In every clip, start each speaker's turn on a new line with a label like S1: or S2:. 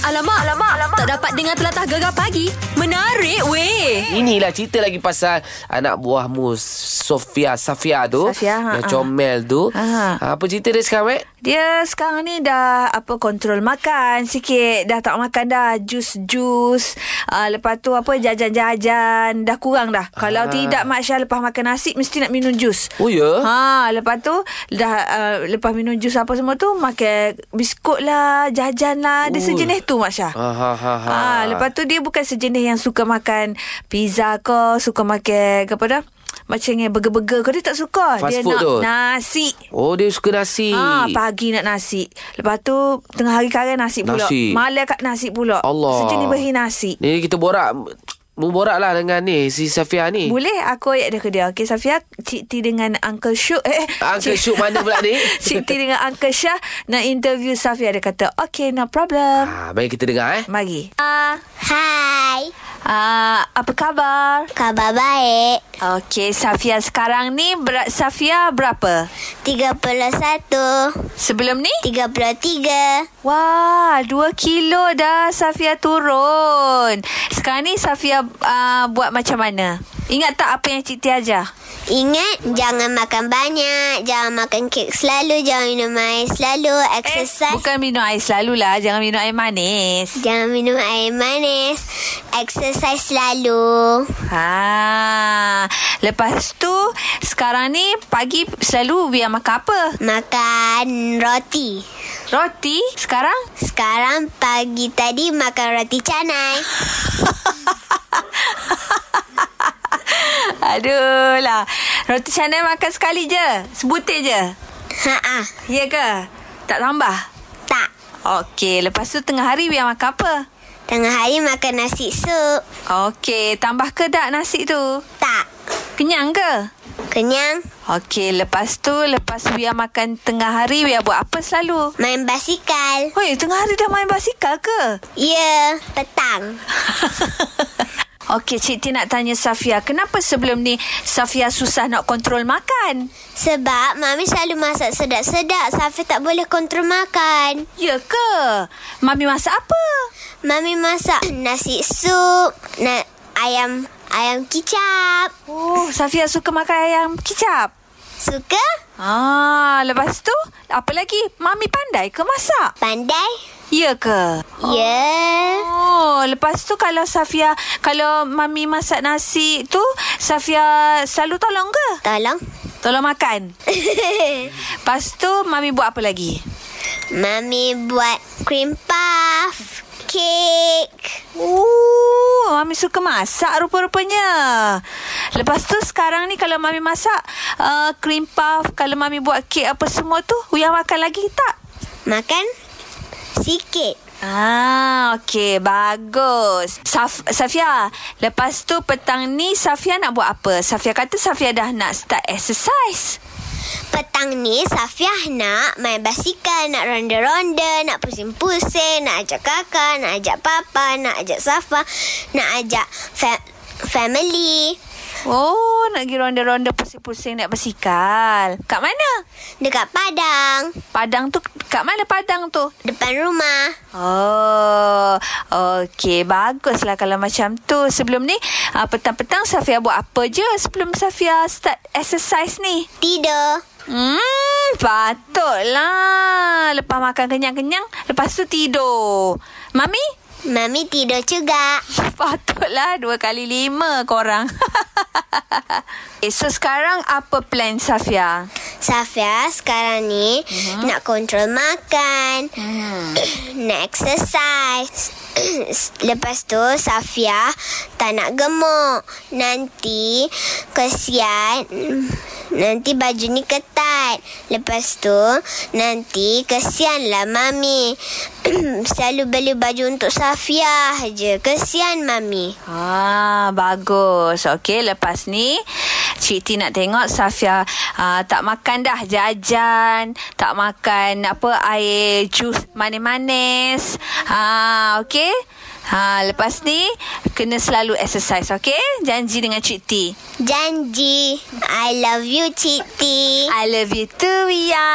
S1: Alamak, alamak, alamak. Tak dapat dengar telatah gegar pagi. Menarik weh.
S2: Inilah cerita lagi pasal anak buahmu Sofia Safia tu.
S3: Safia, ha,
S2: yang
S3: ha.
S2: comel tu.
S3: Ha, ha.
S2: Apa cerita dia sekarang, Mek?
S3: Dia sekarang ni dah apa kontrol makan sikit. Dah tak makan dah jus-jus. Uh, lepas tu apa jajan-jajan. Dah kurang dah. Kalau tidak Mak Syah lepas makan nasi mesti nak minum jus.
S2: Oh, ya?
S3: Ha, lepas tu dah uh, lepas minum jus apa semua tu makan biskut lah, jajan lah. Dia
S2: Oh.
S3: sejenis tu Mak Syah.
S2: Ha, ha, ha, ha.
S3: Ah, lepas tu dia bukan sejenis yang suka makan pizza ke, suka makan apa dah? Macam yang burger-burger ke dia tak suka.
S2: Fast
S3: dia
S2: food
S3: nak
S2: tu.
S3: nasi.
S2: Oh, dia suka nasi.
S3: Ah, pagi nak nasi. Lepas tu tengah hari karen nasi, pula.
S2: Nasi.
S3: Malam kat nasi pula.
S2: Allah.
S3: Sejenis beri nasi.
S2: Ni kita borak. Mu borak lah dengan ni, si Safia ni.
S3: Boleh aku ayat dia ke dia. Okey Safia, Cik T dengan Uncle Syuk. Eh,
S2: Uncle
S3: Cik-
S2: Syuk mana pula ni?
S3: Cik T dengan Uncle Syah nak interview Safia. Dia kata, okay, no problem.
S2: Ha, mari kita dengar eh.
S3: Mari. Ah,
S4: Hai,
S3: ah, apa khabar?
S4: khabar baik.
S3: Okey, Safia sekarang ni berat Safia berapa?
S4: 31,
S3: Sebelum ni?
S4: 33.
S3: Wah, 2 kilo dah Safia turun. Sekarang ni Safia uh, buat macam mana? Ingat tak apa yang Cik Tia ajar?
S4: Ingat, jangan makan banyak, jangan makan kek selalu, jangan minum air selalu, exercise.
S3: bukan minum air selalulah. Jangan minum air manis.
S4: Jangan minum air manis, exercise selalu.
S3: Ha. Lepas tu, sekarang ni pagi selalu biar makan apa?
S4: Makan roti.
S3: Roti. Sekarang?
S4: Sekarang pagi tadi makan roti canai.
S3: Aduh lah. Roti canai makan sekali je. Sebutir je.
S4: Haa,
S3: Ya ke? Tak tambah?
S4: Ha, tak.
S3: Okey, lepas tu tengah hari biar makan apa?
S4: Tengah hari makan nasi sup.
S3: Okey, tambah ke tak nasi tu?
S4: Tak.
S3: Kenyang ke?
S4: Kenyang,
S3: Okey, lepas tu lepas biar makan tengah hari biar buat apa selalu?
S4: main basikal.
S3: Hoi, tengah hari dah main basikal ke?
S4: Ya, petang.
S3: Okey, Cik Ti nak tanya Safia, kenapa sebelum ni Safia susah nak kontrol makan?
S4: Sebab Mami selalu masak sedap-sedap. Safi tak boleh kontrol makan.
S3: Ya ke? Mami masak apa?
S4: Mami masak nasi sup, na- ayam ayam kicap.
S3: Oh, Safia suka makan ayam kicap.
S4: Suka?
S3: Ah, lepas tu apa lagi? Mami pandai ke masak?
S4: Pandai?
S3: Ya ke?
S4: Ya. Yeah.
S3: Oh, lepas tu kalau Safia kalau mami masak nasi tu Safia selalu tolong ke?
S4: Tolong.
S3: Tolong makan. Lepas tu mami buat apa lagi?
S4: Mami buat cream puff, kek.
S3: Oh, mami suka masak rupa-rupanya. Lepas tu sekarang ni kalau mami masak uh, cream puff, kalau mami buat kek apa semua tu, Uya makan lagi tak?
S4: Makan sikit.
S3: Ah, okey, bagus. Saf- Safia, lepas tu petang ni Safia nak buat apa? Safia kata Safia dah nak start exercise.
S4: Petang ni Safiah nak main basikal, nak ronda-ronda, nak pusing-pusing, nak ajak kakak, nak ajak papa, nak ajak Safa, nak ajak fa- family
S3: Oh, nak pergi ronda-ronda pusing-pusing naik basikal. Kat mana?
S4: dekat padang,
S3: Padang tu, kat mana padang tu?
S4: depan rumah.
S3: Oh, okey. Baguslah kalau macam tu. Sebelum ni, ah, petang-petang Safia buat apa je sebelum Safia start exercise ni?
S4: Tidur.
S3: Hmm, patutlah. Lepas makan kenyang-kenyang, lepas tu tidur. Mami,
S4: Mami tidur juga.
S3: patutlah dua kali lima korang. eh, so sekarang apa plan Safia?
S4: Safia sekarang ni nak kontrol makan, nak exercise. Lepas tu Safia tak nak gemuk. Nanti kesian nanti baju ni ketat. Lepas tu nanti kesianlah mami. Selalu beli baju untuk Safia je. Kesian mami.
S3: Ah, bagus. Okey, lepas ni Cik Ti nak tengok Safia uh, tak makan dah jajan, tak makan apa air jus manis-manis. Ah, okey. Ha, lepas ni kena selalu exercise, okey? Janji dengan Cik T.
S4: Janji. I love you, Cik T.
S3: I love you too, Wia.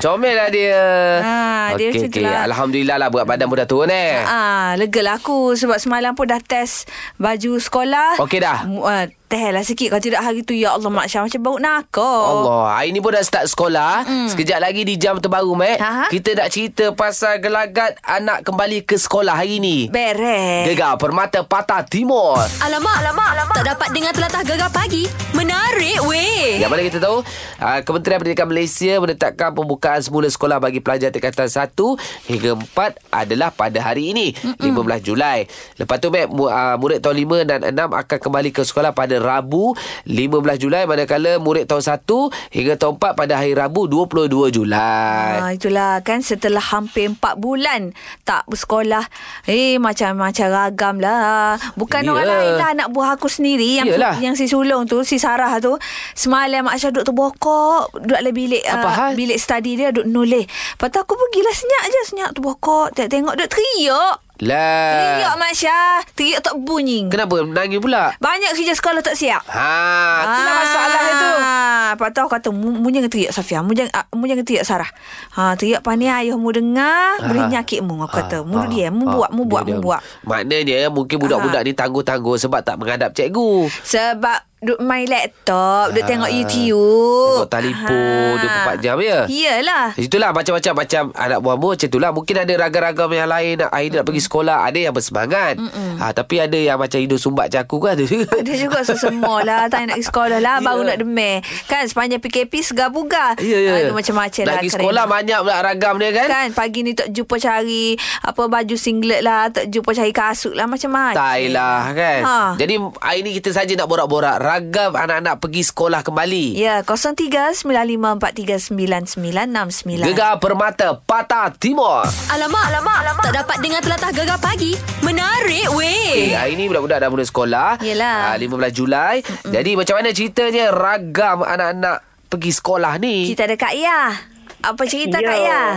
S2: Comel lah dia.
S3: Ah, dia macam tu lah.
S2: Alhamdulillah lah berat badan pun dah turun eh.
S3: Ah, lega lah aku sebab semalam pun dah test baju sekolah.
S2: Okey dah.
S3: M- Uh, teh lah sikit kalau tidak hari tu ya Allah Mak Syah macam bau nakal.
S2: Allah, hari ni pun dah start sekolah.
S3: Hmm.
S2: Mm. Sekejap lagi di jam terbaru, Mat.
S3: Aha.
S2: Kita nak cerita pasal gelagat anak kembali ke sekolah hari ni.
S3: Beres.
S2: Gegar Permata Patah Timur.
S1: Alamak, alamak, alamak. Tak dapat dengar telatah gegar pagi. Menarik weh.
S3: Ya.
S2: Yang mana Ya, kita tahu ah, Kementerian Pendidikan Malaysia menetapkan pembukaan semula sekolah bagi pelajar tingkatan 1 hingga 4 adalah pada hari ini 15 Julai. Lepas tu Mek, mu- ah, murid tahun 5 dan 6 akan kembali ke sekolah pada Rabu 15 Julai manakala murid tahun 1 hingga tahun 4 pada hari Rabu 22 Julai.
S3: Ah, itulah kan setelah hampir 4 bulan tak bersekolah. Eh macam-macam ragam lah. Bukan
S2: Ya.
S3: yeah. orang lain lah anak buah aku sendiri yang
S2: Yalah.
S3: yang si sulung tu, si Sarah tu. Semalam Mak Syah duduk terbokok, duduk dalam bilik ah,
S2: Apa hal?
S3: bilik study dia duduk nulis. Lepas tu aku pergilah senyap je, senyap terbokok, tak tengok duduk teriak. Teriak
S2: Lah.
S3: Mak Syah, teriak tak bunyi.
S2: Kenapa nangis pula?
S3: Banyak kerja sekolah tak siap.
S2: Ha, itulah masalah
S3: Ah,
S2: itu.
S3: Lepas tu aku kata mu, mu jangan teriak Safia. Mu jangan ah, mu jangan teriak Sarah. Ha teriak pandai ayah mu dengar
S2: Ah.
S3: boleh nyakit mu aku kata. Mu
S2: Ah,
S3: duduk dia mu
S2: ah,
S3: buat mu
S2: dia-
S3: buat mu
S2: dia-
S3: buat. Ha.
S2: Maknanya mungkin budak-budak ni tangguh-tangguh sebab tak menghadap cikgu.
S3: Sebab duk main laptop, duk
S2: Ah,
S3: tengok YouTube, Ah.
S2: tengok telefon 24 jam, ya?
S3: Iyalah.
S2: Itulah macam-macam macam anak buahmu macam itulah mungkin ada ragam-ragam yang lain nak hari ni nak pergi sekolah ada yang bersemangat ha, tapi ada yang macam hidup sumbat macam aku kan ada juga
S3: Dia juga sesama lah Tak nak pergi sekolah lah Baru nak
S2: Ya.
S3: demel Kan sepanjang PKP Segar-bugar
S2: Ya, ya.
S3: Aduh, Macam-macam lah
S2: Nak pergi
S3: keren.
S2: sekolah banyak pula ragam dia kan,
S3: Kan pagi ni tak jumpa cari Apa baju singlet lah Tak jumpa cari kasut lah Macam-macam
S2: Tai lah kan
S3: Ha.
S2: Jadi hari ni kita saja nak borak-borak Ragam anak-anak pergi sekolah kembali
S3: Ya, 0395439969.
S2: Gegar Permata Patah Timur
S1: Alamak, alamak, alamak. Tak dapat dengar telatah gegar pagi. Menarik
S2: Eh,
S1: weh.
S2: hari ni budak-budak dah mula sekolah.
S3: Yelah.
S2: Ah, 15 Julai. Mm-mm. Jadi macam mana ceritanya ragam anak-anak pergi sekolah ni?
S3: Kita ada Kak Yah. Apa cerita
S5: Ya.
S3: Kak Yah?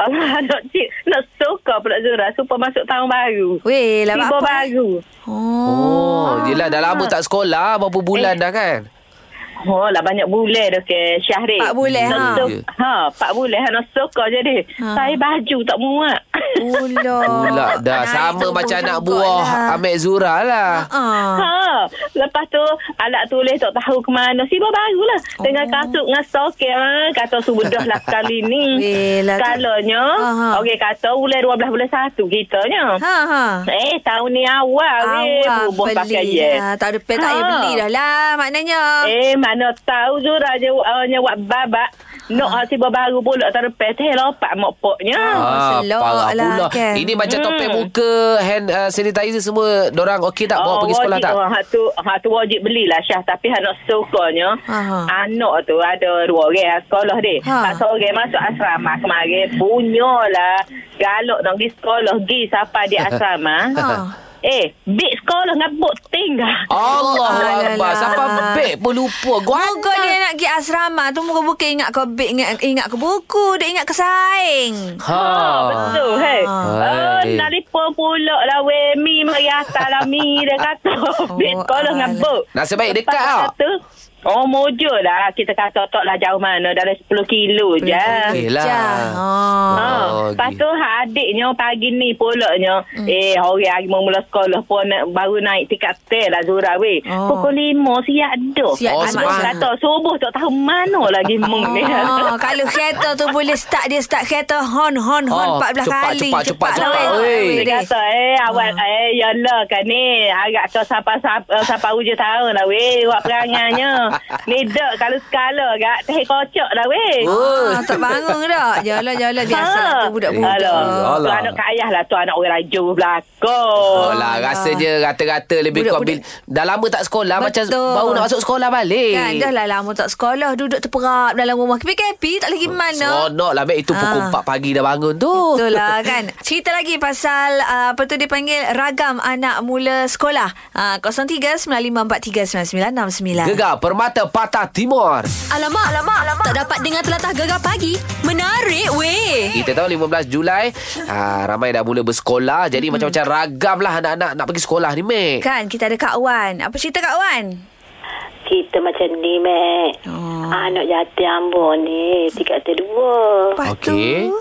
S5: Alah, nak cik, nak suka pula Zura. Supaya masuk tahun baru.
S3: Weh, lah
S5: Tiba
S3: apa?
S5: baru.
S2: Oh, yelah dah lama tak sekolah, berapa bulan eh. dah kan?
S5: Oh, lah banyak bulan dah ke Syahri.
S3: Empat bulan,
S5: Nak
S3: ha.
S5: su- Ha, empat bulan. Ha, nak suka je dia.
S3: Ha.
S5: Saya baju tak muat.
S3: Pula.
S2: Pula
S3: Anak
S2: dah sama
S3: itu
S2: macam anak
S3: sangkut
S2: buah
S3: lah.
S2: lah. Amek Zura lah.
S3: Ah.
S5: Ha, lepas tu anak tulis tak tahu ke mana. Siba barulah. Dengan
S3: Oh.
S5: kasut dengan soket. Ha, kata sudah lah kali ni.
S3: Weh, lah tu.
S5: Kalanya,
S3: Ha, ha.
S5: okey kata bulan 12 bulan 1 kitanya.
S3: Ha ha.
S5: Eh, tahun ni awal. weh, berubah
S3: beli
S5: pakaian.
S3: lah. Tak ada pay tak payah
S5: Ha.
S3: beli dah lah maknanya.
S5: Eh, mana tahu Zura je uh, nyawak babak. Nak ha. tiba baru pula terlepas teh lopak mak poknya.
S2: Ah,
S3: selok
S2: parah
S3: lah,
S2: pula.
S3: kan?
S2: Ini macam
S5: Hmm.
S2: topeng muka, hand uh, sanitizer semua. Dorang okey tak bawa pergi sekolah
S5: wajib,
S2: tak?
S5: Oh, hak tu, hak tu wajib belilah Syah. Tapi hak nak sukanya,
S3: Aha.
S5: anak tu ada dua orang sekolah dia.
S3: Ha.
S5: Ha. Satu orang masuk asrama kemarin. Punyalah. Galak nak pergi sekolah. Pergi siapa di asrama.
S3: Ha.
S5: Eh, big sekolah ngabuk tinggal.
S2: Allah
S3: Alah.
S2: Akbar. Siapa bebek pun lupa.
S3: Muka
S2: Guana.
S3: dia nak pergi asrama tu muka buka ingat ke beg, ingat, ingat ke buku, dia ingat ke saing.
S2: Ha.
S5: Ah, Betul hei.
S2: Ah.
S5: Oh,
S2: Hai.
S5: telefon pula lah weh mi mari atas lah mi dia kata. Bik sekolah dengan
S3: alah.
S5: bok.
S2: Nasib baik
S5: Lepas
S2: dekat tak?
S5: kata, Oh mojo lah Kita kata tak lah jauh mana Dalam 10 kilo je
S2: Okey lah.
S3: Ha.
S5: Ha.
S2: Oh, okey.
S5: Lepas tu hak adiknya pagi ni pulaknya mm. eh hari hari mau mula sekolah pun nak, baru naik tiket tel lah Zura weh.
S3: Oh.
S5: Oh. Pukul 5 siap dah.
S3: Siap
S2: dah,
S5: Anak
S2: Mak.
S5: kata subuh tak tahu mana lagi mung ni.
S3: Oh, kalau kereta tu boleh start dia start kereta hon hon hon
S2: Oh,
S3: 14
S2: cepat,
S3: kali.
S2: cepat, cepat,
S3: lah,
S2: cepat.
S3: weh.
S2: Weh.
S5: Dia
S3: Weh. Hmm.
S5: kata eh awak ha. eh yalah kan ni agak kau sampai sampai hujung tahun lah weh awak perangannya. ni dak kalau skala gak teh kocok lah weh. Ah.
S2: Oh.
S3: Ah, tak bangun dah. Jalan jalan biasa lah tu budak-budak.
S5: Ha. Alah, tu
S2: Alah.
S5: anak kat ayah lah tu anak orang laju belakang.
S2: Oh lah rasanya rata-rata lebih kurang
S3: Budak-budak-
S2: bil, dah lama tak sekolah macam
S3: Betul.
S2: baru nak masuk sekolah balik.
S3: Kan dah lah lama tak sekolah Duduk terperap dalam rumah PKP tak
S2: Oh,
S3: lagi mana
S2: Seronok lah Mek Itu pukul
S3: Ah.
S2: 4 pagi dah bangun tu
S3: Betul lah kan Cerita lagi pasal uh, Apa tu dia panggil Ah, Ragam anak mula sekolah uh, 03 95439969
S2: Gegar Permata Permata Patah Timur.
S1: Alamak, alamak, alamak. Tak dapat dengar telatah gegar pagi. Menarik weh.
S2: Kita tahu 15 Julai ha, Ramai dah mula bersekolah Jadi macam-macam ragam lah Anak-anak nak pergi sekolah ni Mek
S3: Kan kita ada Kak Wan. Apa cerita Kak Wan?
S6: Cerita macam ni, Mak.
S3: Oh.
S6: Oh. Anak yatim ambon ni, tiga atau dua.
S3: Lepas
S2: Okey.
S3: tu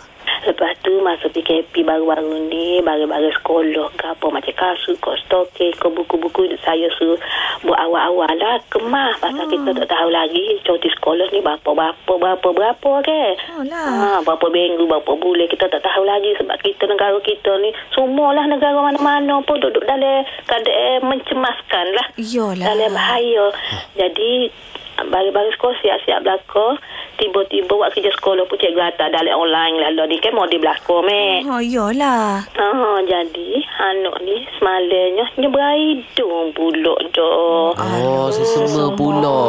S6: Lepas tu masa PKP baru-baru ni, barang-barang sekolah ke apa, macam kasut, kot stokin, kot buku-buku saya suruh buat awal-awal lah, kemah. Pasal hmm. kita tak tahu lagi, cuti sekolah ni berapa, berapa, berapa, berapa ke.
S3: Oh lah.
S6: Ha, berapa minggu, berapa bulan, kita tak tahu lagi sebab kita negara kita ni, semualah negara mana-mana pun duduk dalam keadaan mencemaskan lah.
S3: Iyalah.
S6: Dalam bahaya. Jadi bagi-bagi sekolah siap-siap belakang tiba-tiba buat kerja sekolah pun cikgu hantar dalam online lalu ni kan model belakang mek
S3: Oh iyalah.
S6: Oh, jadi anak ni semalamnya dia berhidung buluk dah.
S2: Oh sesama pula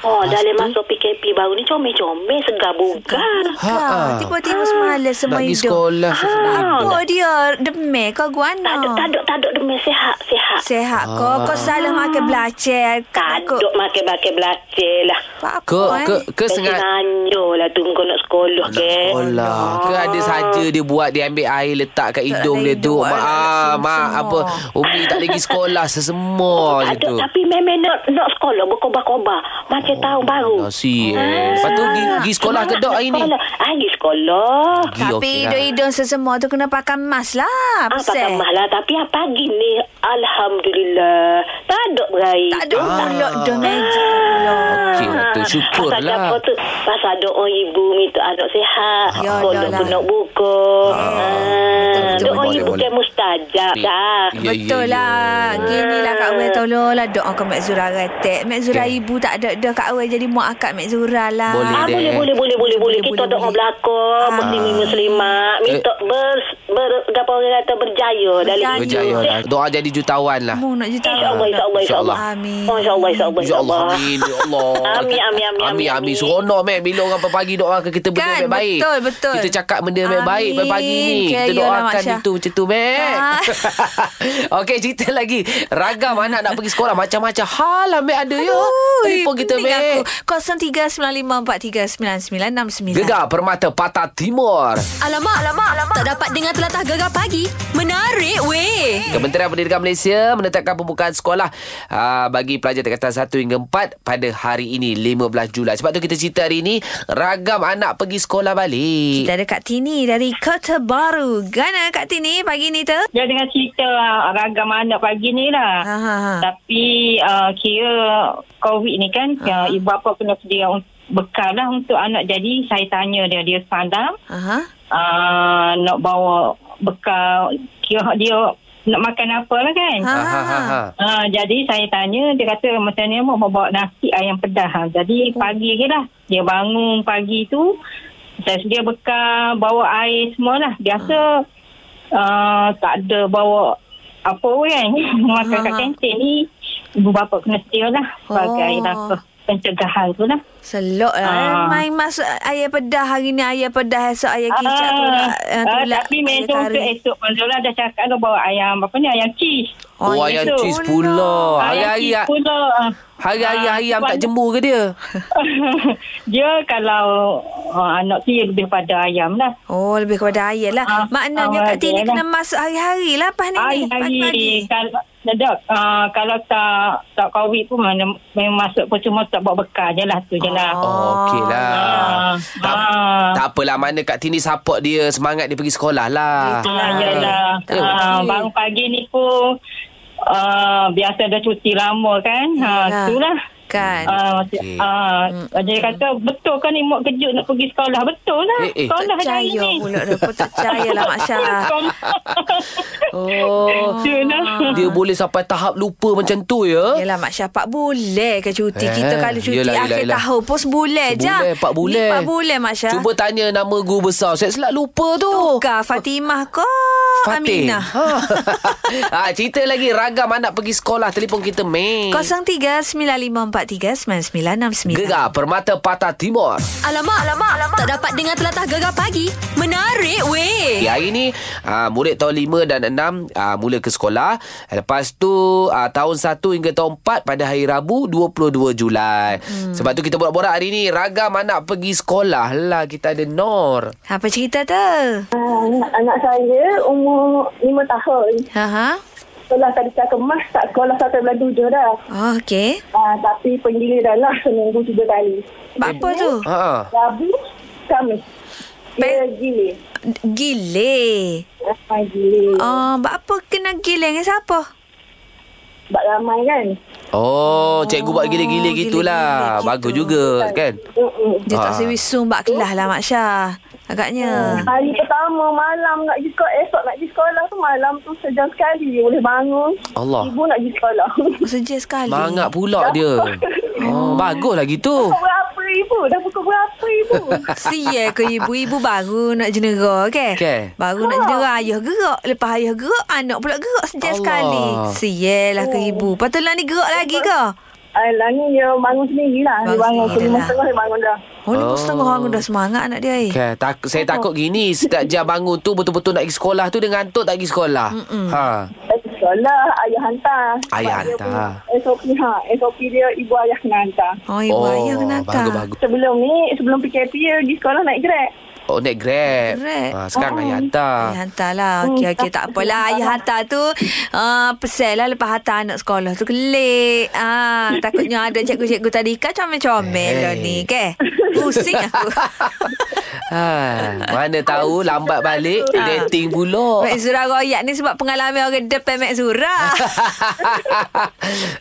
S6: Oh, dalam masa PKP baru ni comel-comel segar bugar.
S2: Ha, ha.
S3: Ha, tiba-tiba semalam semua
S2: Nak pergi
S3: hidup. Ah,
S2: sekolah sesama
S3: Apa
S2: hidup.
S3: dia? Demik kau
S6: Tak ada,
S3: guana.
S6: tak ada, tak ada demi sehat, sehat.
S3: Sehat
S2: Ah.
S3: kau. Kau salah makan belacan.
S6: Tak ada makan-makan belacir lah.
S3: Apa
S2: Ke ke
S3: eh?
S2: ke
S6: Kasi
S2: sengat
S6: nanyo lah tunggu nak sekolah kan. ke.
S2: Sekolah Ke ada saja dia buat Dia ambil air letak kat hidung dia
S3: hidung,
S2: tu Mak,
S3: anak-anak
S2: ah, mak
S3: semua.
S2: apa Umi tak lagi sekolah Sesema je
S6: Ada
S2: tu
S6: tapi memang nak nak sekolah berkobar-kobar macam tahun baru.
S2: Nasi eh. Lepas tu pergi, pergi sekolah ke dok hari ni
S6: Sekolah. Ah, pergi sekolah.
S2: Pergi,
S3: Tapi
S2: okey lah.
S3: hidung-hidung sesemua tu kena pakai mask lah.
S6: Ah,
S3: Pasal.
S6: pakai mah lah. Tapi ah, pagi ni, Alhamdulillah. Tak ada berair. Ah.
S3: Tak ada
S2: Ah.
S3: pulak dah meja pulak.
S2: Okey lah tu Syukurlah
S6: Pasal apa tu Pasal ada orang ibu Minta anak sihat
S3: Ya,
S6: Sekolah
S3: dah
S6: pun
S3: lah.
S6: nak buka
S3: Betul,
S6: Ah,
S3: betul,
S6: Ada orang
S2: boleh,
S6: ibu
S2: boleh.
S6: kan mustajab ah.
S2: Ni.
S6: dah
S2: Ya, ya,
S3: Betul
S2: ya.
S3: lah. Gini lah Kak Wei tolonglah doa ke Mek Zura retek. Mek Zura
S2: Okey.
S3: ibu tak ada dah Kak Wei jadi muak akak Mek Zura lah.
S2: Boleh
S6: Ah,
S2: deh.
S6: boleh, boleh, boleh, boleh, boleh.
S3: Boleh,
S6: Kita
S3: boleh,
S6: doa
S3: boleh.
S6: belakang,
S3: Ah.
S6: muslimin muslimat. Minta ber, ber, apa orang kata, berjaya. dalam hidup.
S2: Berjaya lah. Doa jadi jutawan lah
S3: Mu nak juta.
S6: InsyaAllah, insyaAllah, insyaAllah.
S3: Amin.
S6: Oh, InsyaAllah, insyaAllah,
S2: InsyaAllah Amin Ya Allah
S6: Amin, amin, amin,
S2: Amin,
S6: amin,
S2: amin.
S6: amin.
S2: Seronok Mek Bila orang pagi doa ke Kita benda
S3: Kan,
S2: baik-baik
S3: betul, betul.
S2: Kita cakap benda baik-baik Pagi ni
S3: Amin.
S2: Kita
S3: Ke, yalah,
S2: doakan
S3: Mak Syah.
S2: itu Macam tu Mek
S3: Ah.
S2: Okey cerita lagi Ragam anak nak pergi sekolah Macam-macam Hal lah Mek ada ya Telefon kita Mek
S3: 0395439969.
S2: Gegar Permata Patah Timur
S1: Alamak, alamak, alamak. Tak dapat dengar telatah gegar pagi. Menarik weh.
S2: Kementerian Pendidikan Malaysia menetapkan pembukaan sekolah aa, bagi pelajar tingkatan 1 hingga 4 pada hari ini 15 Julai. Sebab tu kita cerita hari ini ragam anak pergi sekolah balik.
S3: Kita ada Kak Tini dari Kota Baru. Gana Kak Tini pagi ni tu?
S5: Dia dengan cerita ah, ragam anak pagi ni lah.
S3: Ha, ha, ha.
S5: Tapi uh, kira COVID ni kan, uh, ibu bapa kena sedia un- bekal lah untuk anak. Jadi saya tanya dia, dia sadar
S3: Aha.
S5: uh, nak bawa bekal. Kira dia nak makan apa lah kan.
S3: Ha.
S2: Ha ha ha. ha.
S5: Uh, jadi saya tanya, dia kata macam ni mak mau bawa nasi ayam pedas. Ha. Jadi pagi je lah. Dia bangun pagi tu, saya sedia bekal, bawa air semua lah. Biasa uh, tak ada bawa apa pun kan. Makan kat
S3: Ha.
S5: kantin ni, ibu bapa kena sedia lah. Sebagai
S3: Oh.
S5: langkah pencegahan tu lah.
S3: Selok lah. eh.
S5: Ah.
S3: Main masuk ayam pedas hari ni. Ayam pedas esok ayam kicap tu
S5: Ah,
S3: lah. eh, tu
S5: ah,
S3: lah,
S5: tapi
S3: ayam
S5: memang
S3: kari.
S5: untuk esok Manzola dah cakap dah bawa ayam apa ni ayam cheese.
S2: Oh,
S3: Oh,
S2: ayam
S5: itu.
S2: cheese pula.
S5: Ah. ayam
S2: Hari-hari
S3: ya.
S5: cheese pula. Ah.
S2: hari-hari
S5: Ah,
S2: ayam tak
S5: sebab-
S2: jemur ke dia?
S5: dia kalau uh, anak tu dia lebih pada ayam lah.
S3: Oh, lebih kepada ayam lah.
S5: Ah,
S3: Maknanya
S5: ah,
S3: Kak Tini
S5: ayam
S3: kena
S5: lah.
S3: masuk hari-hari lah pas ni. ni, pagi-pagi.
S5: Hari-hari kalau sedap uh, kalau tak tak covid pun mana memang masuk pun cuma tak bawa bekal je lah tu je lah.
S2: Oh, okey lah.
S5: Ah,
S2: Tak,
S5: ah.
S2: tak apalah mana Kak Tini support dia, semangat dia pergi sekolah lah.
S5: Ah,
S3: ya,
S5: yalah.
S2: Eh,
S5: Ah,
S3: okey.
S5: bangun pagi ni pun uh, biasa dah cuti lama kan. Ha,
S3: Yalah.
S5: tu lah.
S3: Kan.
S5: Ah,
S2: Okey. Hmm.
S5: ah, dia kata betul kan ni mak kejut nak pergi sekolah betul lah
S2: Eh, eh,
S5: sekolah hari
S3: Percaya
S5: ni
S3: pula dah. Kau percaya lah Mak Syah.
S2: Oh.
S5: Tu lah.
S2: Dia boleh sampai tahap lupa macam tu ya.
S3: Yelah Mak Syafak boleh ke cuti
S2: Eh,
S3: Kita kalau cuti
S2: yelah, yelah,
S3: akhir
S2: yelah.
S3: tahun pun sebulan je
S2: Sebulan, empat bulan.
S3: Ni Empat bulan Mak Syah
S2: Cuba tanya nama guru besar. Saya selak lupa tu.
S3: Tukar Fatimah ke
S2: Fatih.
S3: Aminah
S2: Ha. ha, cerita lagi ragam anak pergi sekolah telefon kita Mei.
S3: 0395439969
S2: Gegar Permata Patah Timur.
S1: Alamak, alamak, alamak. Tak dapat dengar telatah gegar pagi. Menarik weh.
S2: Ya. Okay, hari ni ha, ah, murid tahun 5 dan 6 6 uh, mula ke sekolah. Lepas tu uh, tahun 1 hingga tahun 4 pada hari Rabu 22 Julai. Hmm. Sebab tu kita borak-borak hari ni ragam anak pergi sekolah lah kita ada Nor.
S3: Apa cerita tu?
S7: Anak, anak saya umur 5 tahun.
S3: Ha ha.
S7: Sekolah tadi saya kemas tak sekolah sampai bulan tujuh dah.
S3: Oh, okey.
S7: Ah, tapi penggiliran lah seminggu tiga kali.
S3: Buat Apa tu?
S2: Ha. Uh.
S7: Rabu, Khamis. Dia Ah, giling.
S3: Giling.
S7: Ramai giling.
S3: Oh, buat apa kena giling dengan siapa?
S7: Sebab ramai kan.
S2: Oh, cikgu buat gila-gila
S3: Oh,
S2: gitulah.
S3: gila-gila
S2: Bagus
S3: gitu.
S2: juga kan.
S7: Mm-mm.
S3: Dia tak
S2: Ah. Oh.
S3: sewi sung buat kelas lah Mak Syah. Agaknya.
S7: Hari pertama malam nak pergi sekolah, esok nak pergi sekolah tu malam tu sejam sekali je boleh bangun.
S2: Allah.
S7: Ibu nak pergi sekolah.
S3: Seja sekali.
S2: Mangap pula dia. Oh, baguslah gitu.
S7: Pukul berapa ibu? Dah pukul berapa ibu?
S3: Sia eh, ke ibu-ibu baru nak jenera kan?
S2: Okey.
S3: Baru nak jenera ayah gerak. Lepas ayah gerak, anak pula gerak sejak
S2: Allah.
S3: sekali. Sia lah ke ibu. Patutlah ni gerak lagi ke?
S7: Alah Ah, lah ni dia bangun sendiri lah. Dia
S3: Bangun
S7: bangun
S3: sendiri
S7: pukul lima
S3: dah.
S7: setengah dia bangun dah.
S3: Oh, lima
S2: Oh.
S3: setengah orang dah semangat anak dia. Eh.
S2: Okay, tak, saya takut gini Setiap jam bangun tu Betul-betul nak pergi sekolah tu Dia ngantuk tak pergi sekolah ha.
S7: Pergi sekolah, ayah hantar.
S2: Ayah
S7: Sebab dia
S2: hantar.
S7: punya SOP, ha. SOP dia ibu ayah kena hantar.
S3: Oh, ibu ayah kena hantar.
S2: Bagus-bagus
S7: Sebelum ni, sebelum PKP dia pergi sekolah naik grab.
S2: Oh naik grab,
S3: Grab.
S2: Ha, Sekarang ayah hantar
S3: Ayah hantar lah. Okey,
S7: Ah. Hmm,
S3: okey.
S7: tak
S3: Tak apalah. Ayah hantar tu uh, pesel lah lepas hantar anak sekolah tu kelik. Ah, takutnya ada cikgu-cikgu tadi. Kau comel-comel
S2: Hey.
S3: lah
S7: Eh.
S3: ni. Ke? Pusing aku.
S2: ha, Mana tahu lambat balik
S3: Ha.
S2: Dating pula
S3: Mek Zura royak ni sebab pengalaman orang depan Mek Zura.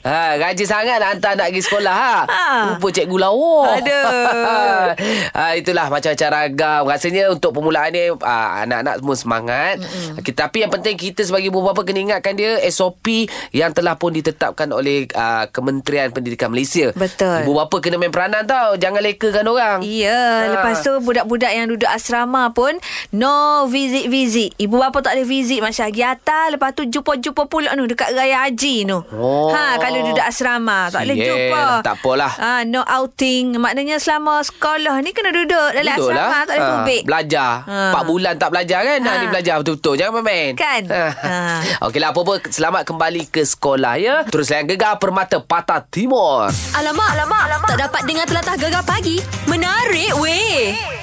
S2: ha, rajin sangat nak hantar nak pergi sekolah ha.
S3: Ha.
S2: Rupa cikgu lawa.
S3: Aduh.
S2: ha, itulah macam-macam ragam. Rasanya untuk permulaan ni ha, anak-anak semua semangat. Mm-mm. Kita tapi yang penting kita sebagai ibu bapa kena ingatkan dia SOP yang telah pun ditetapkan oleh ha, Kementerian Pendidikan Malaysia.
S3: Betul.
S2: Ibu bapa kena main peranan tau. Jangan lekakan orang.
S3: Ya, ha. lepas tu budak-budak yang duduk asrama pun no visit-visit. Ibu bapa tak ada visit Masya Giata. Lepas tu jumpa-jumpa pula ni dekat Raya Haji ni.
S2: Oh.
S3: Ha, kalau duduk asrama tak boleh
S2: Sial,
S3: jumpa.
S2: tak apalah.
S3: Ha, no outing. Maknanya selama sekolah ni kena duduk dalam
S2: Betul
S3: asrama lah, tak boleh
S2: Ha,
S3: tubik.
S2: Belajar
S3: Ha.
S2: ha. 4 bulan tak belajar kan ha.
S3: Ha.
S2: Ni belajar betul-betul Jangan main-main
S3: Kan? Ha.
S2: Okeylah apa-apa Selamat kembali ke sekolah ya Terus layan gegar Permata Patah Timur
S1: Alamak, alamak, alamak. Tak dapat dengar telatah gegar pagi. Menarik, weh.